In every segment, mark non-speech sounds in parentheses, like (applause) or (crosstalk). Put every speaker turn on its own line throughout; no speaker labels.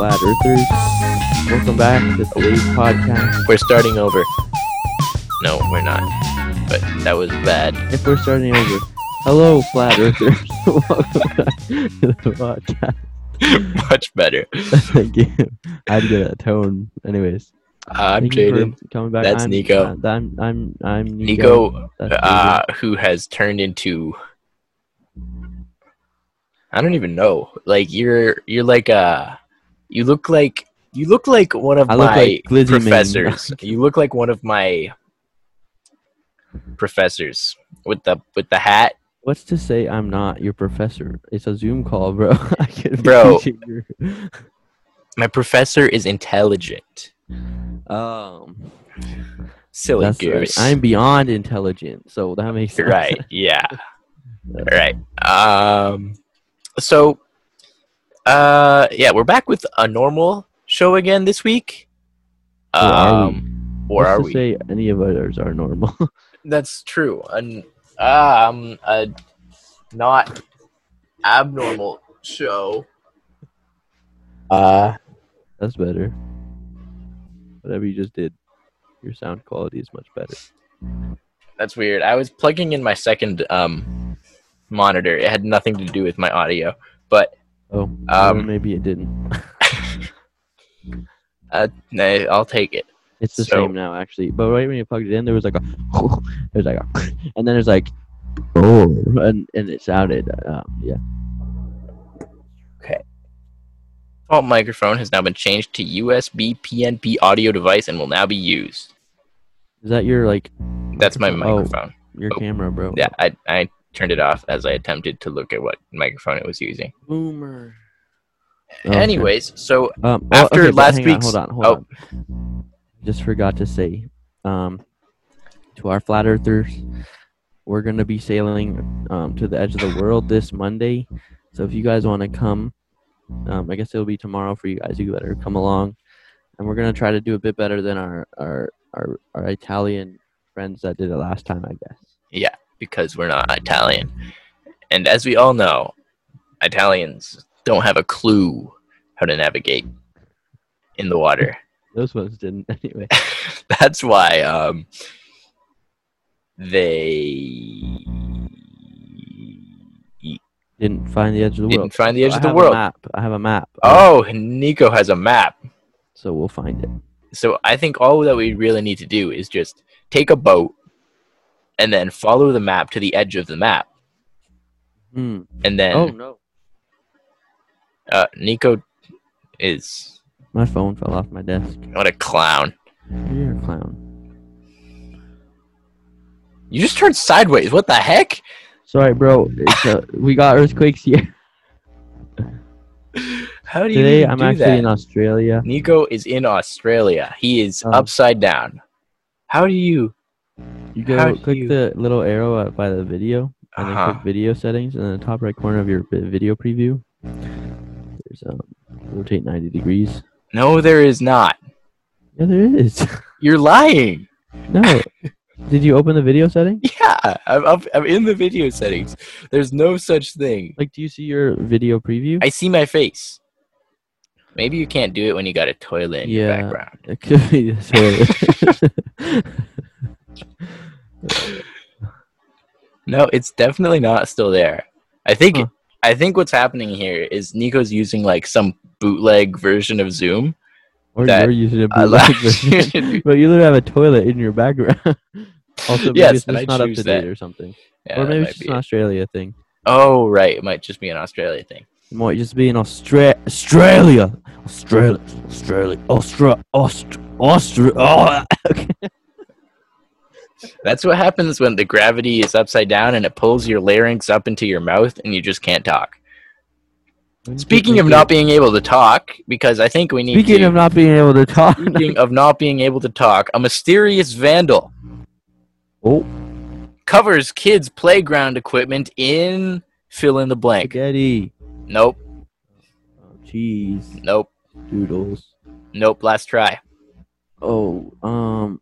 Earthers. Welcome back to the Wave Podcast.
We're starting over. No, we're not. But that was bad. (laughs)
If we're starting over, hello, Flat Earthers. (laughs) Welcome back to the podcast.
Much better. Uh,
Thank you. I had to get a tone. Anyways,
I'm
thank you for
Jaden.
Coming back.
That's
I'm,
Nico.
uh, I'm, I'm, I'm Nico.
Nico,
That's
uh, who has turned into. I don't even know. Like you're, you're like uh you look like you look like one of
I look
my
like Glizzy Man.
professors. (laughs) you look like one of my professors with the with the hat
What's to say I'm not your professor? It's a Zoom call, bro. (laughs) I could be
Bro.
teaching you.
My professor is intelligent.
Um,
Silly
that's right.
goose.
I'm beyond intelligent, so that makes sense.
right.
(laughs)
Yeah. right. Um. So, uh, yeah, we're back with a normal show again this week.
Or are we?
Um, or
What's
are
to
we?
say any of others are normal?
That's true. An um a not abnormal show. Uh,
That's better. Whatever you just did, your sound quality is much better.
that's weird. I was plugging in my second um monitor. It had nothing to do with my audio, but
Oh, or
Um,
maybe it didn't.
Uh, nah, I'll take it.
It's the
so-
same now, actually. But right when you plugged it in, there was like a, (laughs) there's like a, (laughs) and then there's like, oh, and and it sounded, um, yeah.
Default microphone has now been changed to USB PNP audio device and will now be used.
Is that your like
That's my
Oh.
microphone.
your
Oh,
camera, bro?
Yeah, I, I turned it off as I attempted to look at what microphone it was using.
Boomer. Oh,
Anyways, so
Um,
After
but
last
hang on,
week's-
hold on, hold
oh.
on. Just forgot to say, um, to our flat earthers, we're gonna be sailing um, to the edge of the world this Monday. So if you guys want to come, um, I guess it'll be tomorrow for you guys. You better come along, and we're gonna try to do a bit better than our our our, our Italian friends that did it last time, I guess.
yeah, because we're not Italian, and as we all know, Italians don't have a clue how to navigate in the water. (laughs)
Those ones didn't (laughs) anyway.
That's why um, they
Didn't find the edge of the
didn't
world.
find the edge
I
of the
have A
world.
map. I have a map.
Oh, Nico has a map.
so we'll find it.
So I think all that we really need to do is just take a boat and then follow the map to the edge of the map.
Hmm.
And then
Oh no.
uh, Nico is
My phone fell off my desk.
what a clown.
You're a clown.
You just turned sideways. What the heck? (laughs)
Sorry, bro. It's uh we got earthquakes here.
How do
Today,
you
I'm
do
actually
that?
in Australia.
Nico is in Australia. He is
Oh.
upside down. How do you?
You go
How do
click
you-
the little arrow up by the video, and then
Uh-huh.
click video settings, and in the top right corner of your vi- video preview, there's um rotate 90 degrees.
No, there is not.
Yeah, there is. (laughs)
You're lying. (laughs)
no. Did you open the video setting?
Yeah, I'm, I'm, I'm in the video settings. There's no such thing.
Like, do you see your video preview?
I see my face. Maybe you can't do it when you got a toilet in your
Yeah.
background.
It could be this
(laughs)
way. (laughs)
No, it's definitely not still there. I think
Huh.
I think what's happening here is Nico's using like some bootleg version of Zoom.
or
That
you're using a
I
bootleg
like-
version.
(laughs)
But you literally have a toilet in your background. (laughs) also, maybe
Yes,
it's
and
just
I
not up
choose
to date
that.
or something.
Yeah,
or
that
maybe
might
it's just
be
an
it.
Australia thing.
Oh right, it might just be an Australia thing.
It might just be in Austra- Australia. Australia. Australia. Austra. Austra. Austra. (laughs) Oh, okay.
That's what happens when the gravity is upside down and it pulls your larynx up into your mouth and you just can't talk. Speaking of not being able to talk, because I think we need
Speaking
to,
of not being able to
(laughs)
talk. (laughs)
speaking of not being able to talk, a mysterious vandal
Oh,
covers kids' playground equipment in fill in the blank.
spaghetti.
Nope,
Oh, Cheese.
nope,
Doodles.
nope. Last try.
Oh, um.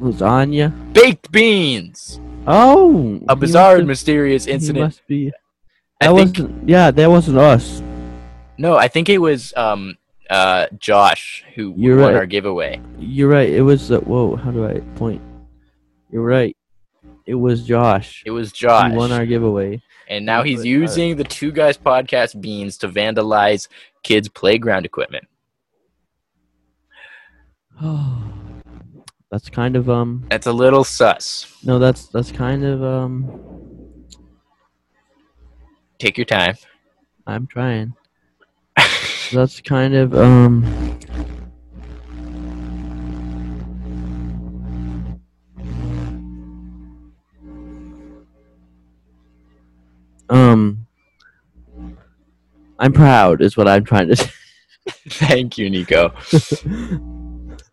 Lasagna.
Baked beans.
Oh.
A
he
bizarre and
must
mysterious
have- he
incident.
Must be.
I
That
think
wasn't. Yeah, that wasn't us.
No, I think it was um uh Josh who
You're
won
right.
our giveaway.
You're right. It was uh, whoa. How do I point? You're right. It was Josh.
It was Josh.
He won our
(sighs)
giveaway.
and now he's
But, uh,
using the two guys podcast beans to vandalize kids' playground equipment.
that's kind of um.
That's a little sus.
No, that's that's kind of um.
Take your time. (laughs)
I'm trying. That's kind of um. Um, I'm proud is what I'm trying to (laughs) say.
Thank
(laughs)
you, Nico.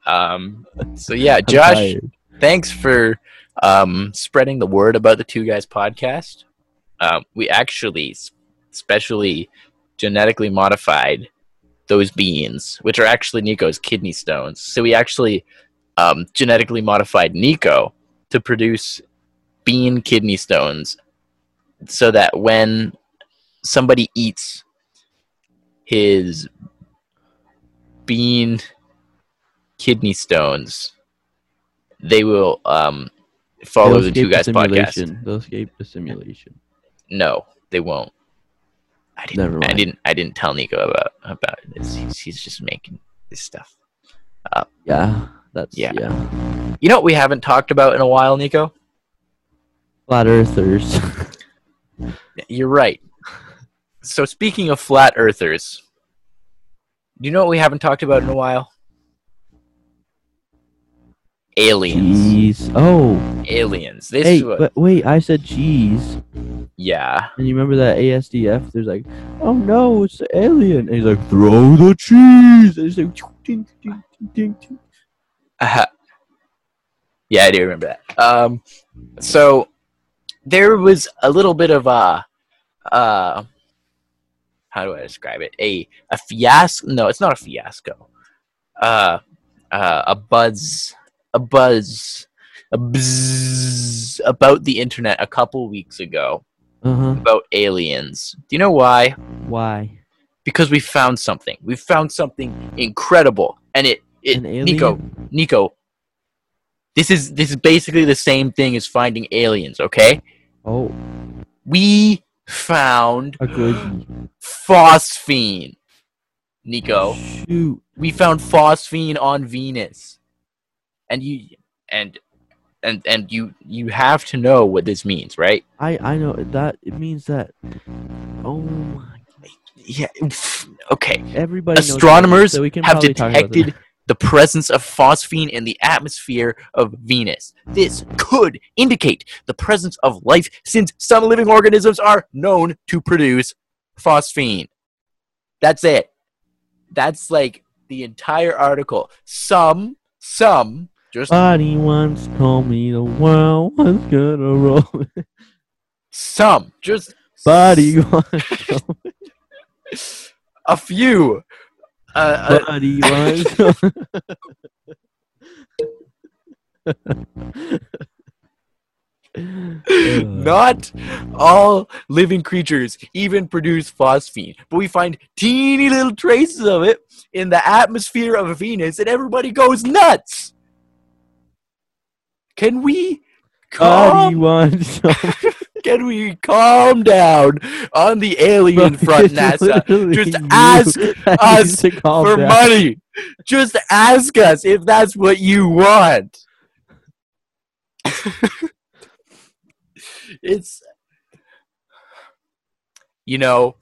um so yeah, Josh,
tired.
thanks for um spreading the word about the two guys podcast. Um we actually s- specially genetically modified those beans, which are actually Nico's kidney stones. So we actually um, genetically modified Nico to produce bean kidney stones so that when somebody eats his bean kidney stones, they will um, follow
They'll
the
escape
two guys podcast.
simulation. They'll escape the simulation.
No, they won't. I didn't.
Never
I
mind.
didn't. I didn't tell Nico about about this. He's, he's just making this stuff.
Yeah, that's
Yeah.
yeah.
You know what we haven't talked about in a while, Nico?
Flat earthers.
You're right. (laughs) So speaking of flat earthers, you know what we haven't talked about in a while? Aliens.
Jeez. Oh,
Aliens. This
hey,
is what,
but wait, I said cheese.
yeah.
And you remember that ASDF? There's like, oh no, it's the alien. And he's like, throw the cheese. And he's like, ding, ding, ding, ding, ding.
(laughs) Uh-huh. Yeah, I do remember that. Um, so there was a little bit of a, uh, how do I describe it? A a fiasco? No, it's not a fiasco. Uh, uh, a buzz, a buzz, a buzz about the internet a couple weeks ago
Uh huh.
about aliens. Do you know why?
Why?
Because we found something. We found something incredible, and it it
An alien?
Nico Nico, this is this is basically the same thing as finding aliens, okay?
Oh,
We found
a good
phosphine. Nico,
Shoot.
we found phosphine on Venus. And you and and and you you have to know what this means, right?
I, I know that it means that. Oh my.
Yeah. Okay.
Everybody knows that,
Astronomers
so we can
have
probably talk about that.
detected the presence of phosphine in the atmosphere of Venus. This could indicate the presence of life since some living organisms are known to produce phosphine. That's it. That's like the entire article. Some, some, just
Somebody once told me the world was gonna
(laughs)
roll.
some, just
Buddy once, told-
a few. Uh, uh,
buddy once. told-
(laughs) not all living creatures even produce phosphine, but we find teeny little traces of it in the atmosphere of Venus, and everybody goes nuts. Can we
Oh, Buddy
calm?
once. told-
Can we calm down on the alien
(laughs)
front,
It's
NASA?
literally
Just
you
ask
(laughs) that
us
needs to calm
For
down.
money, just ask us if that's what you want. (laughs) it's you know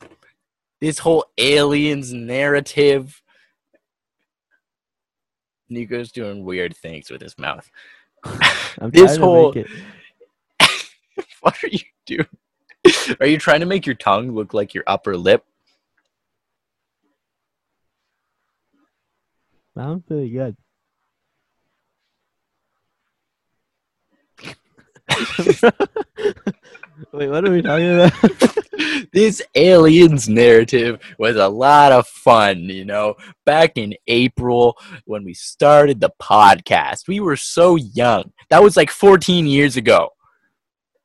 this whole aliens narrative nico's doing weird things with his mouth (laughs)
I'm
this
trying to
whole-
make it-
what are you doing are you trying to make your tongue look like your upper lip
I'm pretty
(laughs)
good. (laughs) Wait, what are we talking about?
this aliens narrative was a lot of fun, you know. Back in April when we started the podcast, we were so young. That was like 14 years ago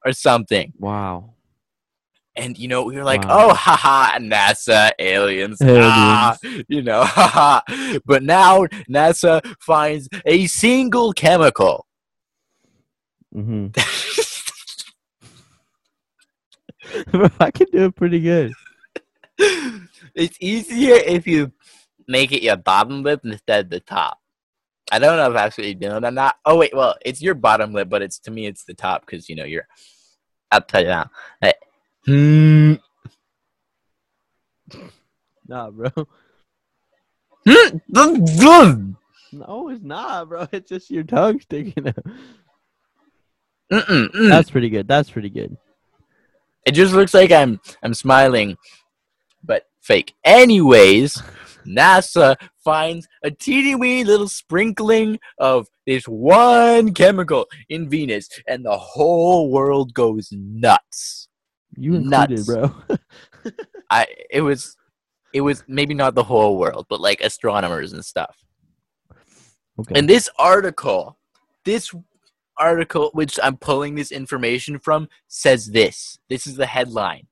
or something.
Wow.
And you know, we were like,
Wow.
oh, haha, NASA aliens, ah," you know, (laughs) haha. But now NASA finds a single chemical. (laughs)
hmm I can do it pretty good.
(laughs) it's easier if you make it your bottom lip instead of the top. I don't know if that's what you're doing or not. Oh wait, well, it's your bottom lip, but it's to me it's the top because you know you're upside down. Hey. Hmm.
Nah, bro. (laughs)
Hmm. Mm-mm.
No, it's not, bro. It's just your tongue sticking out.
Mm.
That's pretty good. That's pretty good.
It just looks like I'm I'm smiling, but fake. Anyways, NASA finds a teeny weeny little sprinkling of this one chemical in Venus, and the whole world goes nuts.
You included,
Nuts.
bro.
I it was it was maybe not the whole world, but like astronomers and stuff.
okay.
And this article, this article which I'm pulling this information from says this. This is the headline.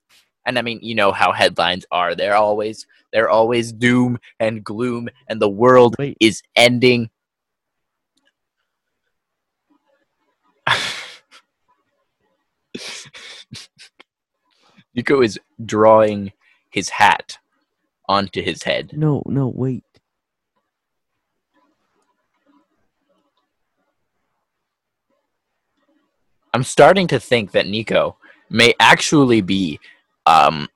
And I mean, you know how headlines are. They're always they're always doom and gloom and the world
Wait.
is ending. (laughs) Nico is drawing his hat onto his head.
No, no, wait.
I'm starting to think that Nico may actually be um,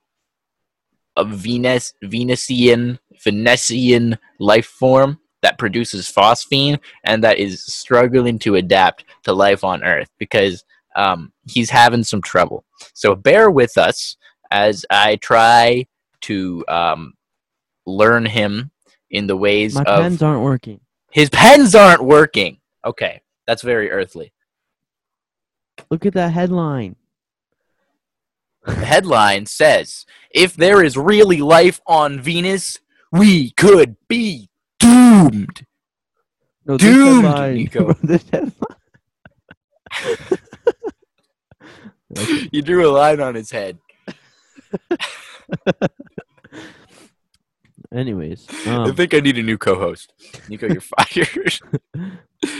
a Venus Venusian Venusian life form that produces phosphine and that is struggling to adapt to life on Earth because um, he's having some trouble. So bear with us as I try to um, learn him in the ways
My
of
pens aren't working.
his pens aren't working. Okay, that's very earthly.
Look at that headline.
The headline says, "If there is really life on Venus, we could be doomed."
No,
Doomed,
this headline. (laughs)
Nico.
bro, this headline. Okay.
You drew a line on his head.
Anyways,
I
um,
think I need a new co-host. Nico,
(laughs)
you're fired.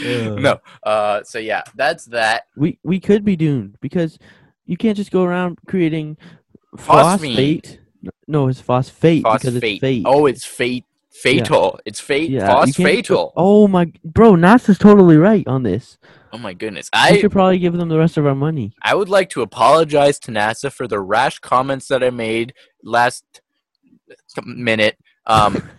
no. Uh, so yeah, that's that.
we we could be doomed because you can't just go around creating
Phosphine.
phosphate. No, it's phosphate, because
Phosphate.
it's fate.
Oh, it's fate. Fatal. It's fate.
Yeah, you can't just
Phosphatal.
go- Oh my, bro, NASA's totally right on this.
Oh my goodness.
We
I
should probably give them the rest of our
(laughs)
money.
I would like to apologize to NASA for the rash comments that I made last minute. Um,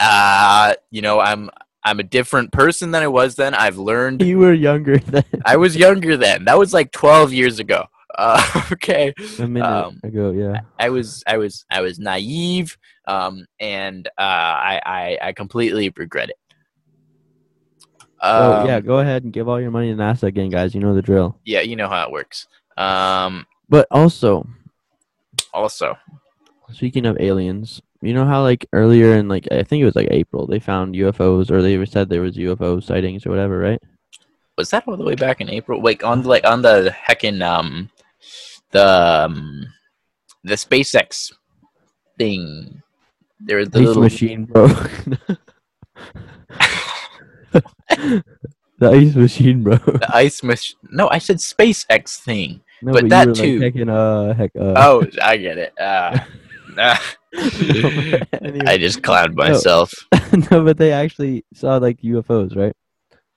uh, you know, I'm I'm a different person than I was then. I've learned.
You were younger than
I was younger then. That was like 12 years ago. Uh, (laughs) okay,
(laughs) a minute
Um,
ago. Yeah.
I was I was I was naive, um, and uh, I, I I completely regret it.
Oh
Um,
yeah, go ahead and give all your money to NASA again, guys. You know the drill.
yeah, you know how it works. Um,
But also,
also,
speaking of aliens, you know how like earlier in like I think it was like April they found UFOs or they said there was UFO sightings or whatever, right?
was that all the way back in April? Like on the, like on the heckin' um the um, the SpaceX thing. There was the
Ice
little
machine
(laughs)
broke. (laughs) the ice machine broke.
the ice machine. No, I said SpaceX thing.
(laughs) No,
but that
you were,
too-
Like, taking, uh, heck, uh,
Oh, I get it.
(laughs)
Uh, nah.
anyway.
Oh. I just
(laughs)
clowned myself.
no, but they actually saw like UFOs, right?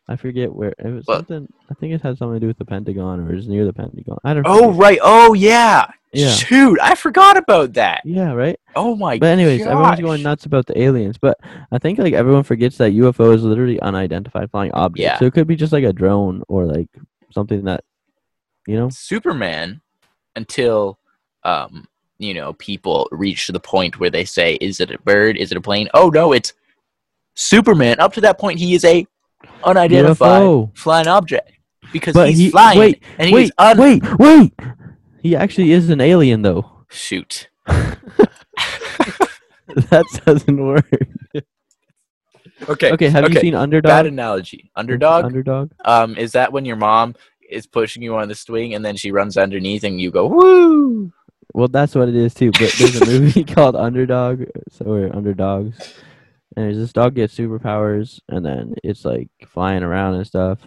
I forget where it was
Well-
something. I think it had something to do with the Pentagon or is near the Pentagon. I don't.
Oh
forget.
right. Oh yeah.
Yeah.
Shoot, I forgot about that.
yeah, right.
Oh my.
But anyways, everyone's
gosh.
going nuts about the aliens. But I think like everyone forgets that UFO is literally unidentified flying object.
Yeah.
So it could be just like a drone or like something that, you know.
Superman until um you know people reach the point where they say is it a bird is it a plane oh no it's superman up to that point he is a unidentified
UFO.
flying object because
But
he's
he-
flying
wait,
and
Wait,
he's un-
wait, wait! He actually is an alien though. (laughs)
shoot
that doesn't work.
okay
Okay, have you
okay.
seen Underdog?
bad analogy underdog
Underdog.
um is that when your mom is pushing you on the swing and then she runs underneath and you go woo
Well, that's what it is too. But there's a movie (laughs) called Underdog, so we're underdogs, and there's this dog gets superpowers, and then it's like flying around and stuff,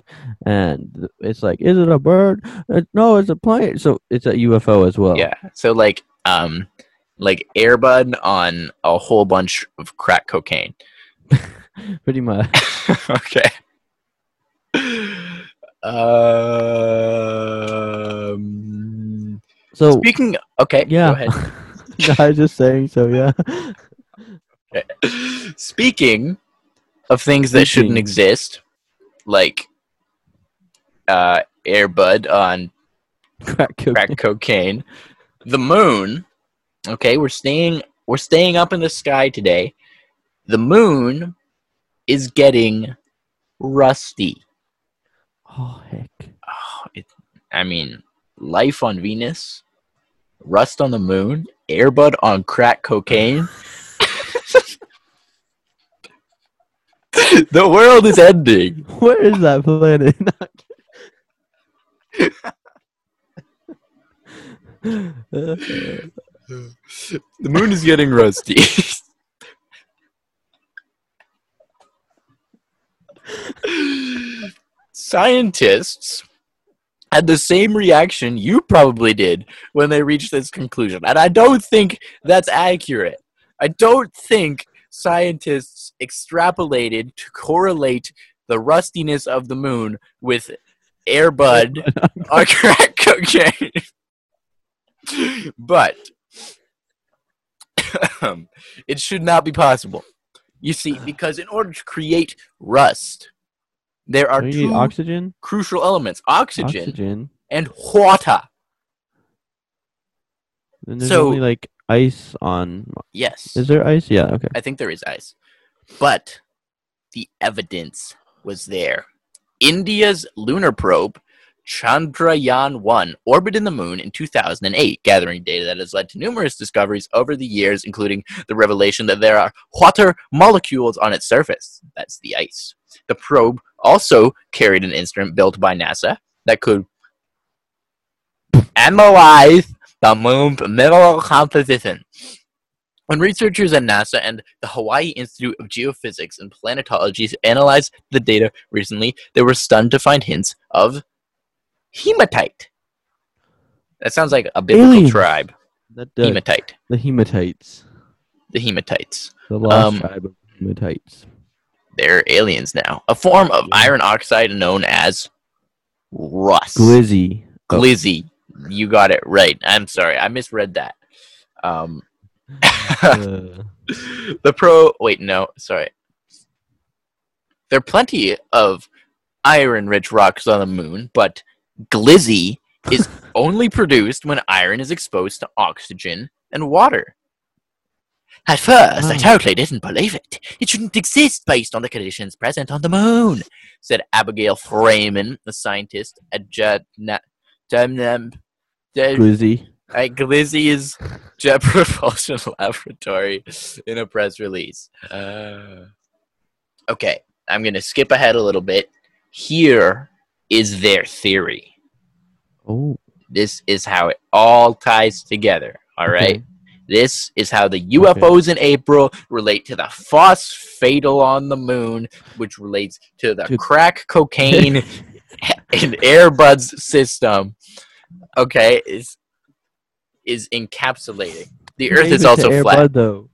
and th- it's like, is it a bird? Uh, no, it's a plane. So it's a UFO as well.
Yeah. So like um like airbud on a whole bunch of crack cocaine.
pretty much.
(laughs) okay. Um
So
speaking okay, go
yeah,
ahead.
(laughs) No, I was just saying. So yeah,
Speaking of things
Speaking.
that shouldn't exist, like uh airbud on
crack cocaine.
(laughs)
(laughs)
(laughs) crack cocaine. The moon. Okay, we're staying we're staying up in the sky today. The moon is getting rusty.
Oh heck!
Oh, (sighs) it, I mean, life on Venus, rust on the moon, airbud on crack cocaine. (laughs) the world is ending.
Where is that planet? (laughs)
The moon is getting rusty. (laughs) Scientists had the same reaction you probably did when they reached this conclusion. And I don't think that's accurate. I don't think scientists extrapolated to correlate the rustiness of the moon with Oh, airbud or (laughs) crack cocaine. but um, it should not be possible. You see, because in order to create rust, there are
Don't you
two
need oxygen?
crucial elements oxygen,
Oxygen.
and water.
And there's
So-
only like ice on.
Yes,
Is there ice? Yeah. Okay.
I think there is ice. But the evidence was there. India's lunar probe, Chandrayaan 1, orbited the moon in 2008, gathering data that has led to numerous discoveries over the years, including the revelation that there are water molecules on its surface. That's the ice. The probe also carried an instrument built by NASA that could analyze the moon's mineral composition. When researchers at NASA and the Hawaii Institute of Geophysics and Planetology analyzed the data recently, they were stunned to find hints of hematite. That sounds like a biblical
Aliens.
tribe.
That does.
Hematite.
The hematites.
The hematites.
The lost
Um,
tribe of hematites.
They're aliens now. A form of
Yeah.
iron oxide known as rust. (laughs)
Glizzy. Oh.
Glizzy. You got it right. I'm sorry. I misread that. Um,
Uh,
(laughs) the pro wait no sorry there are plenty of iron rich rocks on the moon but glizzy is only produced when iron is exposed to oxygen and water at first i
Oh.
totally didn't believe it it shouldn't exist based on the conditions present on the moon said abigail freeman a scientist at Jet- Na- Dem- Dem- Dem-
glizzy.
at Glizzy's Jet (laughs) Propulsion Laboratory in a press release. Uh, okay, I'm going to skip ahead a little bit. Here is their theory.
Oh.
This is how it all ties together. All right.
okay.
This is how the UFOs in April relate to the phosphatal on the moon, which relates to the
To-
crack
(laughs)
cocaine in Airbud's system. Okay, is is encapsulating. The Earth
Maybe
is
to
also
Air
flat.
Bud, though.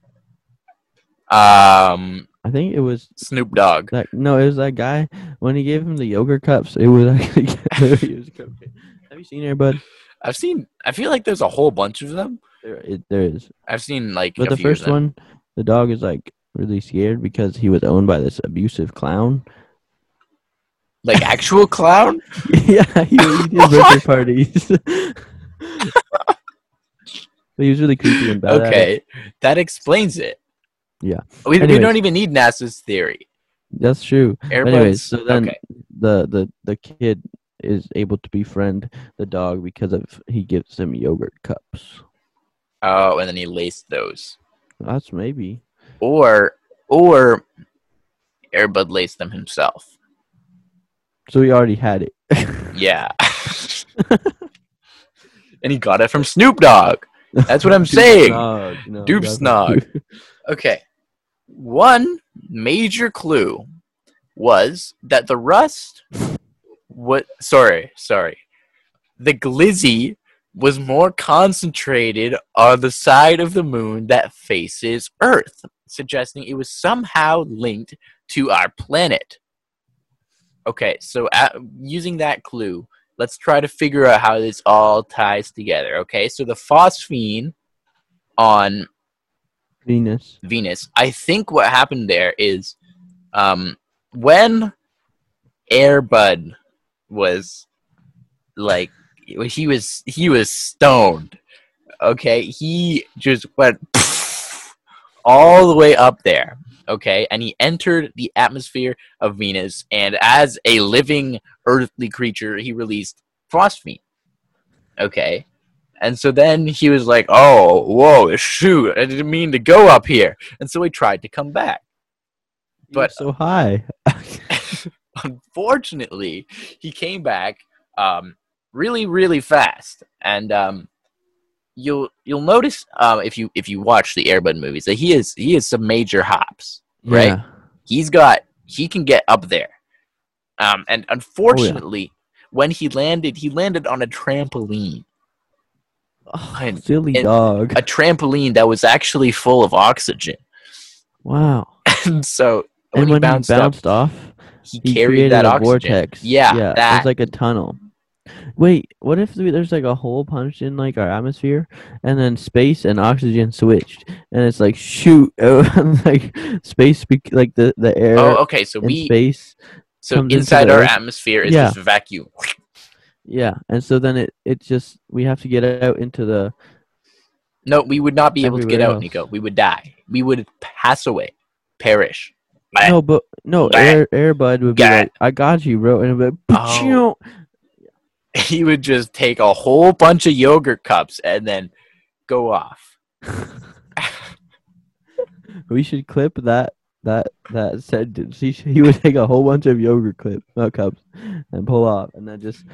Um,
I think it was
Snoop Dogg.
that. No, it was that guy when he gave him the yogurt cups. It was (laughs) actually. it was cocaine. Have you seen Air Bud?
I've seen. I feel like there's a whole bunch of them.
There, it, there is.
I've seen like.
But
a
the
few of
first
them.
one, the dog is like really scared because he was owned by this abusive clown.
like
(laughs)
actual clown.
yeah, he, he did birthday parties. (laughs) but he was really creepy and bad.
Okay, that explains it.
Yeah.
we, we
Anyways.
don't even need NASA's theory.
that's true.
Airbuds.
Anyways, so then
okay.
the, the the kid is able to befriend the dog because of he gives him yogurt cups.
Oh, and then he laced those,
That's maybe.
or or Airbud laced them himself.
So he already had it.
(laughs) Yeah. and he got it from Snoop Dogg.
(laughs)
That's what I'm saying.
Snog. No,
Doop
that's-
snog. Okay. One major clue was that the rust what sorry, sorry. The glizzy was more concentrated on the side of the moon that faces Earth, suggesting it was somehow linked to our planet. Okay, so uh, using that clue, let's try to figure out how this all ties together. Okay, so the phosphine on
Venus.
Venus. I think what happened there is um, when Airbud was like he was he was stoned. Okay, he just went (laughs) all the way up there. Okay, and he entered the atmosphere of Venus, and as a living earthly creature, he released phosphine. Okay, and so then he was like, "Oh, whoa, shoot! I didn't mean to go up here." And so he tried to come back. But-
But so high.
Unfortunately, he came back um, really, really fast. And um, you'll you'll notice um, if you if you watch the Airbud movies that he is he is some major hops. Right.
Yeah.
He's got he can get up there. Um, and unfortunately, when he landed, he landed on a trampoline.
Oh,
And-
silly
and-
dog.
a trampoline that was actually full of oxygen. (laughs)
wow.
And so when,
and when
he bounced, up,
off,
he,
he
carried
created
that
a
oxygen.
vortex.
Yeah,
yeah,
that.
it's like a tunnel. Wait, what if th- there's like a hole punched in like our atmosphere, and then space and oxygen switched, and it's like shoot, (laughs) oh, like space, bec- like the the air
oh, okay. So
in
we
space.
so
comes into
inside
the
our
earth.
atmosphere is
Yeah.
just vacuum.
Yeah, and so then it it just we have to get out into the
No, we would not be able to get
Everywhere
out,
else.
Nico. We would die. We would pass away, perish. (laughs) Bah.
no, but no
Bah.
air airbud would be
Gah.
like I got you, bro, and it would be like,
Oh. He would just take a whole bunch of yogurt cups and then go off.
We should clip that that that sentence. He, should, he would take a whole bunch of yogurt clip uh, cups and pull off, and then just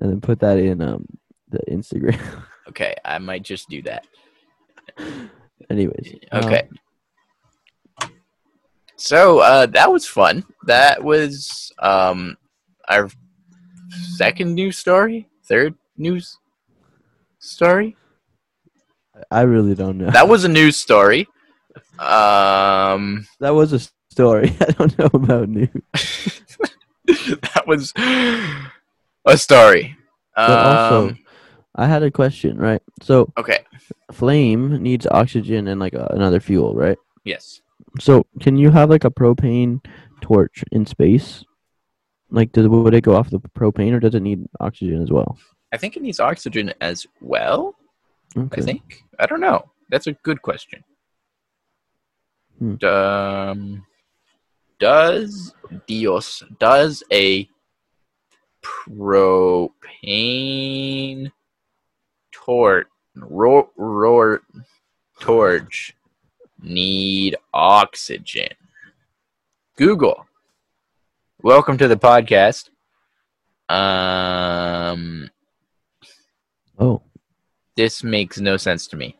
and then put that in um the Instagram. (laughs)
Okay, I might just do that.
Anyways, um,
Okay. So uh, that was fun. That was um, our second news story, third news story.
I really don't know.
That was a news story. Um,
That was a story. (laughs) I don't know about news.
(laughs) that was a story. Um,
But also, I had a question, right? So
okay.
flame needs oxygen and like a, another fuel, right?
Yes.
So can you have like a propane torch in space? Like, does would it go off the propane, or does it need oxygen as well?
I think it needs oxygen as well.
Okay.
I think. I don't know. That's a good question.
Hmm.
Um, does Dios does a propane tort ro- roar torch need oxygen? Google. Welcome to the podcast. Um,
Oh,
this makes no sense to me.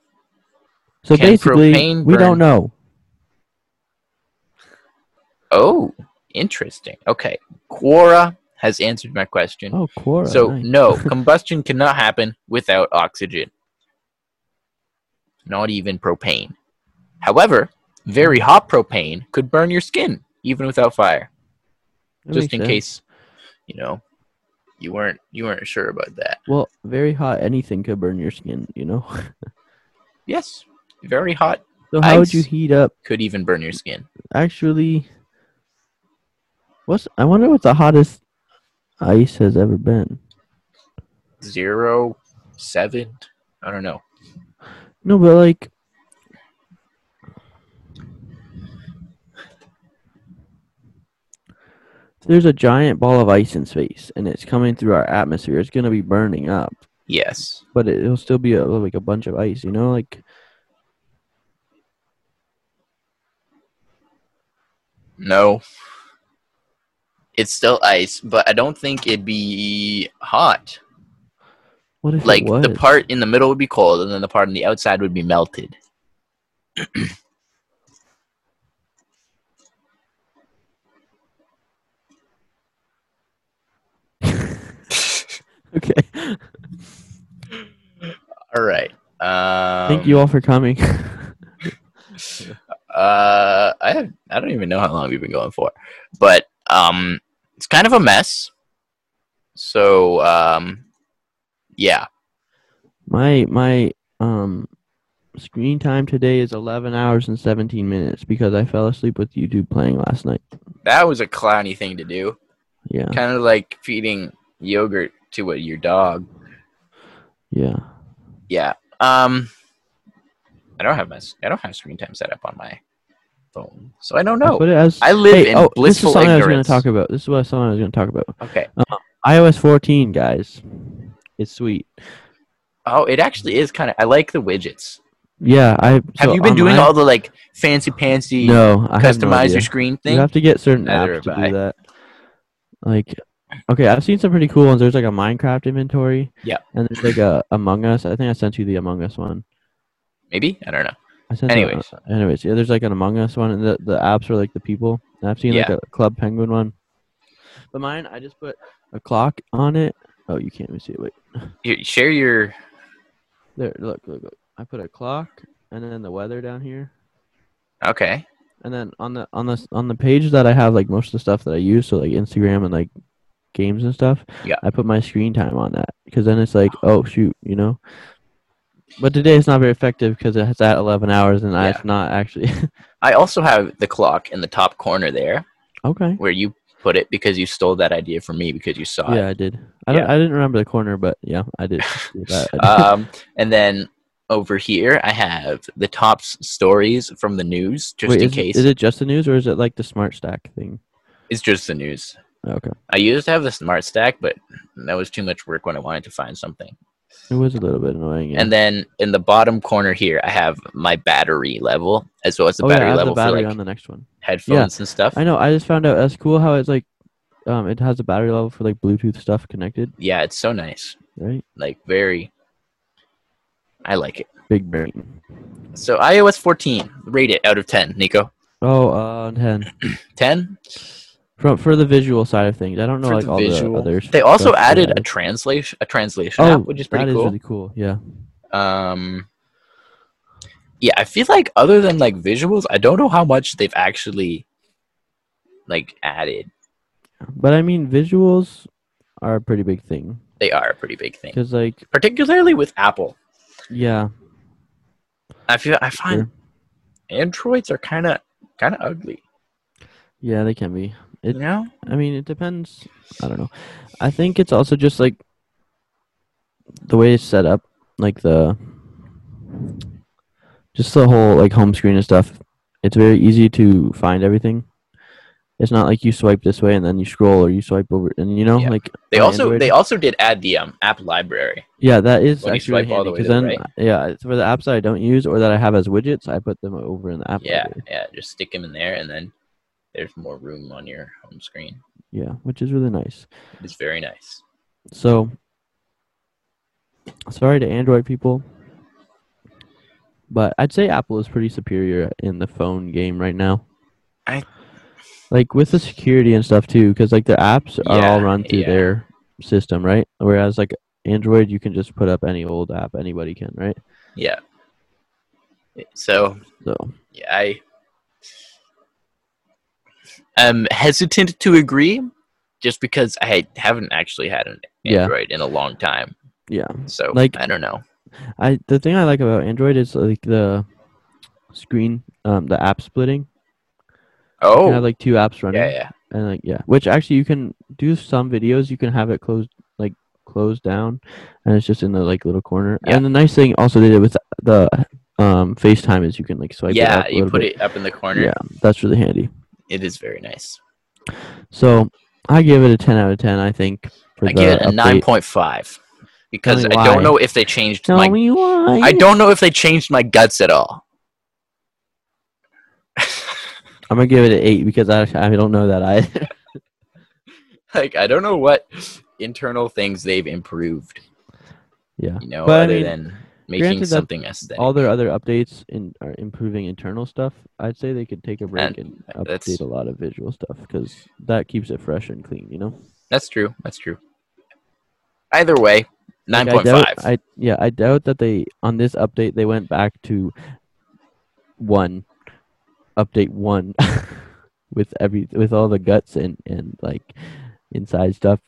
so
Can
basically,
propane
we
burn-
don't know.
Oh, interesting. Okay. Quora has answered my question.
Oh, Quora.
so,
nice. (laughs)
no, combustion cannot happen without oxygen, not even propane. However, very
Hmm.
hot propane could burn your skin even without fire,
That
just
makes
in
sense.
case, you know, you weren't you weren't sure about that.
Well, very hot. Anything could burn your skin, you know. (laughs)
Yes, very hot
So how would you
Ice.
heat up?
could even burn your skin.
Actually, what's? I wonder what the hottest ice has ever been.
Zero, seven, I don't know.
No, but like, there's a giant ball of ice in space, and it's coming through our atmosphere. It's gonna be burning up,
Yes.
but it, it'll still be a, like a bunch of ice, you know, like.
No. It's still ice, but I don't think it'd be hot.
What if it
Like the
was?
part in the middle would be cold, and then the part on the outside would be melted.
(laughs) Okay.
All right. Um,
Thank you all for coming. (laughs)
Uh, I have, I don't even know how long we've been going for, but um, it's kind of a mess. So um, yeah,
my my um screen time today is 11 hours and 17 minutes because I fell asleep with YouTube playing last night.
that was a clowny thing to do.
Yeah.
Kind of like feeding yogurt to a, your dog.
Yeah.
Yeah. Um, I don't have my s- I don't have screen time set up on my phone, so I don't
I
know.
put it as
I live in
oh, this
blissful
is something I was going
ignorance.
to talk about. This is what something I was going to talk about.
Okay.
iOS 14, guys. It's sweet.
Oh, it actually is kind of. I like the widgets.
Yeah, I
Have
so
you been
on
doing
my-
all the like fancy pantsy
No, I have no
customize
idea.
your screen thing?
You have to get certain
Neither
apps to
have I.
do that. Like, okay, I've seen some pretty cool ones. There's like a Minecraft inventory.
Yeah.
And there's like a Among Us. I think I sent you the Among Us one.
Maybe I don't know.
I sent you-
Anyways.
anyways, yeah, there's like an Among Us one, and the, the apps are like the people. And I've seen
Yeah.
like a Club Penguin one. But mine, I just put a clock on it. Oh, you can't even see it. Wait.
Here, share your
There, look, look, look. I put a clock, and then the weather down here.
okay.
And then on the on the on the page that I have like most of the stuff that I use, so like Instagram and like games and stuff.
Yeah.
I put my screen time on that because then it's like, oh shoot, you know. But today it's not very effective because it's at eleven hours, and I
Yeah.
it's not actually (laughs)
I also have the clock in the top corner there
okay.
where you put it because you stole that idea from me because you saw
Yeah, I did. I don't,
Yeah.
I didn't remember the corner, but yeah, I
(laughs)
did. do that. (laughs)
it.
I
Um, and then over here I have the top s- stories from the news
did.
just
Wait,
in
is, it-
case.
is it just the news or is it like the smart stack thing?
It's just the news.
Okay,
I used to have the smart stack, but that was too much work when I wanted to find something.
it was a little bit annoying. yeah.
And then in the bottom corner here, I have my battery level as well as the
oh yeah, I
battery
have
level
the battery
for
on
like
the next one.
headphones and stuff.
I know. I just found out that's cool how it's like, um, it has a battery level for like Bluetooth stuff connected,
Yeah, it's so nice.
right?
like very i like it
Big brain.
so ios 14 rate it out of 10 nico
Oh, uh, ten.
10
From for the visual side of things, I don't know
For
like
the
all
visual.
the others.
they also
stuff that
added
I-
a translation a translation
oh,
app which is pretty
that
cool
really cool. Yeah,
um yeah i feel like other than like visuals i don't know how much they've actually like added
but I mean, visuals are a pretty big thing
they are a pretty big thing
because like,
particularly with apple
yeah,
i feel i find
Sure.
androids are kind of kind of ugly
yeah, they can be.
you
It- Oh,
know
I mean, it depends. I don't know. I think it's also just like the way it's set up, like the just the whole like home screen and stuff. It's very easy to find everything. It's not like you swipe this way and then you scroll or you swipe over and you know
Yeah.
like
they
on
also
Android-
they also did add the um app library
yeah that is
when you
actually really
swipe all the
handy
way
'cause
to the
then
right.
yeah it's for the apps that I don't use or that I have as widgets I put them over in the app
Yeah,
library.
yeah. Just stick them in there, and then there's more room on your home screen.
yeah which is really nice.
It's very nice.
So, sorry to Android people, but I'd say Apple is pretty superior in the phone game right now.
I-
like with the security and stuff too, because like the apps are all
Yeah,
run through
yeah.
their system, right? Whereas like Android, you can just put up any old app anybody can, right?
Yeah. So
So
yeah, I am hesitant to agree, just because I haven't actually had an
Yeah.
Android in a long time.
yeah,
So
Like-
I don't know.
I the thing I like about Android is like the screen, um, the app splitting. You
Oh,
can have like two apps running.
yeah, yeah.
and like yeah which actually you can do some videos you can have it closed like closed down and it's just in the like little corner
Yeah.
and the nice thing also they did with the um facetime is you can like swipe it
yeah,
up a
you
little
put
bit.
it up in the corner.
yeah that's really handy
It is very nice.
so i give it a 10 out of 10 i think for
I give it a
update.
nine point five because I
me why.
don't know if they changed
tell
my
me why
I don't know if they changed my guts at all. (laughs)
i'm gonna give it an 8 because i, I don't know that i (laughs)
like I don't know what internal things they've improved.
Yeah.
you know,
But I
other
mean,
than making
granted that
something aesthetic.
All their other updates in are improving internal stuff. I'd say they could take a break and,
that's-
update a lot of visual stuff because that keeps it fresh and clean. You know.
That's true. That's true. Either way, nine
Like, I
point
doubt-
five.
I yeah, I doubt that they on this update they went back to one update one (laughs) with every with all the guts and and like inside stuff.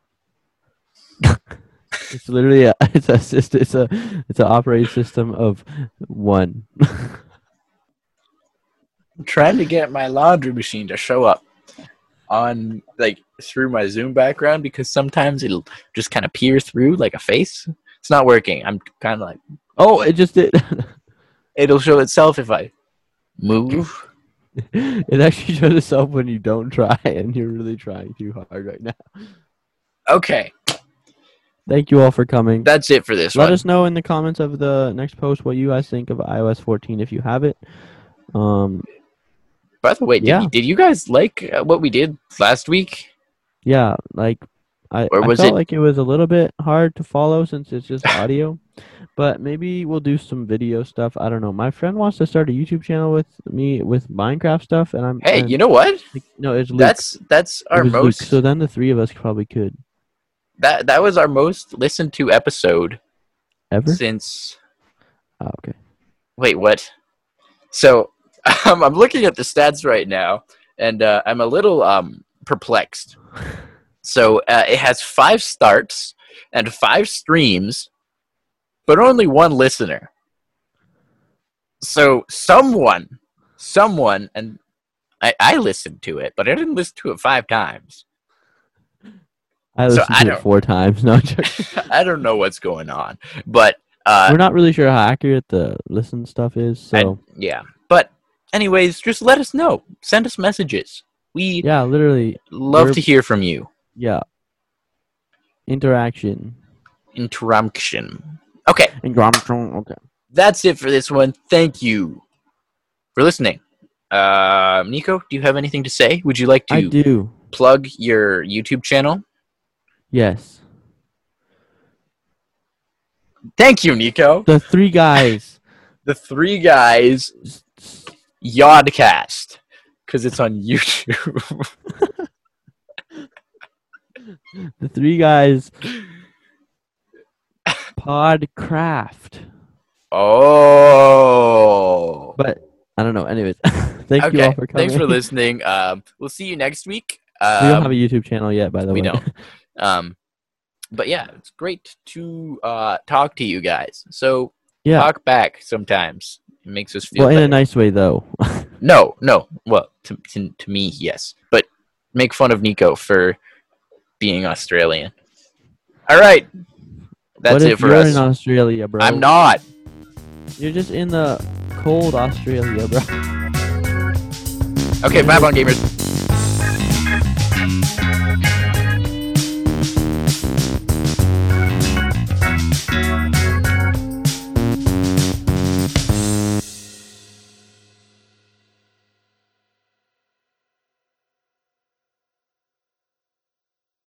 (laughs) it's literally a (laughs) it's a syst- it's a it's an operating system of one.
I'm trying to get my laundry machine to show up on like through my Zoom background because sometimes it'll just kind of peer through like a face. It's not working. I'm kind of like
Oh, it just did. (laughs)
it'll show itself if I move.
it actually shows itself when you don't try and you're really trying too hard right now.
Okay,
Thank you all for coming.
that's it for this
Let
one.
us know in the comments of the next post what you guys think of iOS 14 if you have it. Um,
By the way, did,
Yeah.
you, did you guys like uh, what we did last week?
yeah, like I,
Or
I
was
felt
it-
like it was a little bit hard to follow since it's
(laughs)
just audio, but maybe we'll do some video stuff. I don't know. My friend wants to start a YouTube channel with me with Minecraft stuff, and I'm
Hey,
and-
you know what?
no, it's Uh, Luke.
That's that's
It
our
was Luke.
most
So then the three of us probably could
that that was our most listened to episode
ever.
since
Oh, okay.
Wait, what? So (laughs) um, I'm looking at the stats right now, and uh, I'm a little um, perplexed. So uh, it has five starts and five streams, but only one listener. So someone, someone, and I, I listened to it, but I didn't listen to it five times. (laughs)
I
So
listened
I
to it
don't-
four (laughs) times. No, I'm joking.
I don't know what's going on, but uh,
we're not really sure how accurate the listen stuff is. So.
I- yeah. But anyways, just let us know. Send us messages. We
yeah, literally,
love
We're-
to hear from you.
yeah. Interaction.
Interruption. Okay,
And Gromstrong, okay.
that's it for this one. Thank you for listening. Uh, Nico, do you have anything to say? Would you like
I
to
do.
plug your YouTube channel?
Yes.
Thank you, Nico.
The three guys.
The Three Guys
S- s-
Yodcast, because it's on YouTube. (laughs)
the three
(laughs)
guys. Podcraft.
oh.
But I don't know. Anyways, (laughs) thank you all for coming.
Thanks
(laughs)
for listening. Um, we'll see you next week.
we don't have
Um,
a YouTube channel yet, by the
we
way.
don't.
(laughs)
um, but yeah, it's great to uh, talk to you guys. So
yeah.
talk back sometimes. It makes us feel
well, in a
better.
nice way, though. (laughs)
no, no. Well, to, to, to me, yes. But make fun of Nico for being Australian. All right.
what
That's
if
it for
you're
us.
in Australia, bro?
I'm not.
You're just in the cold Australia, bro.
Okay, bye, Bon Gamers.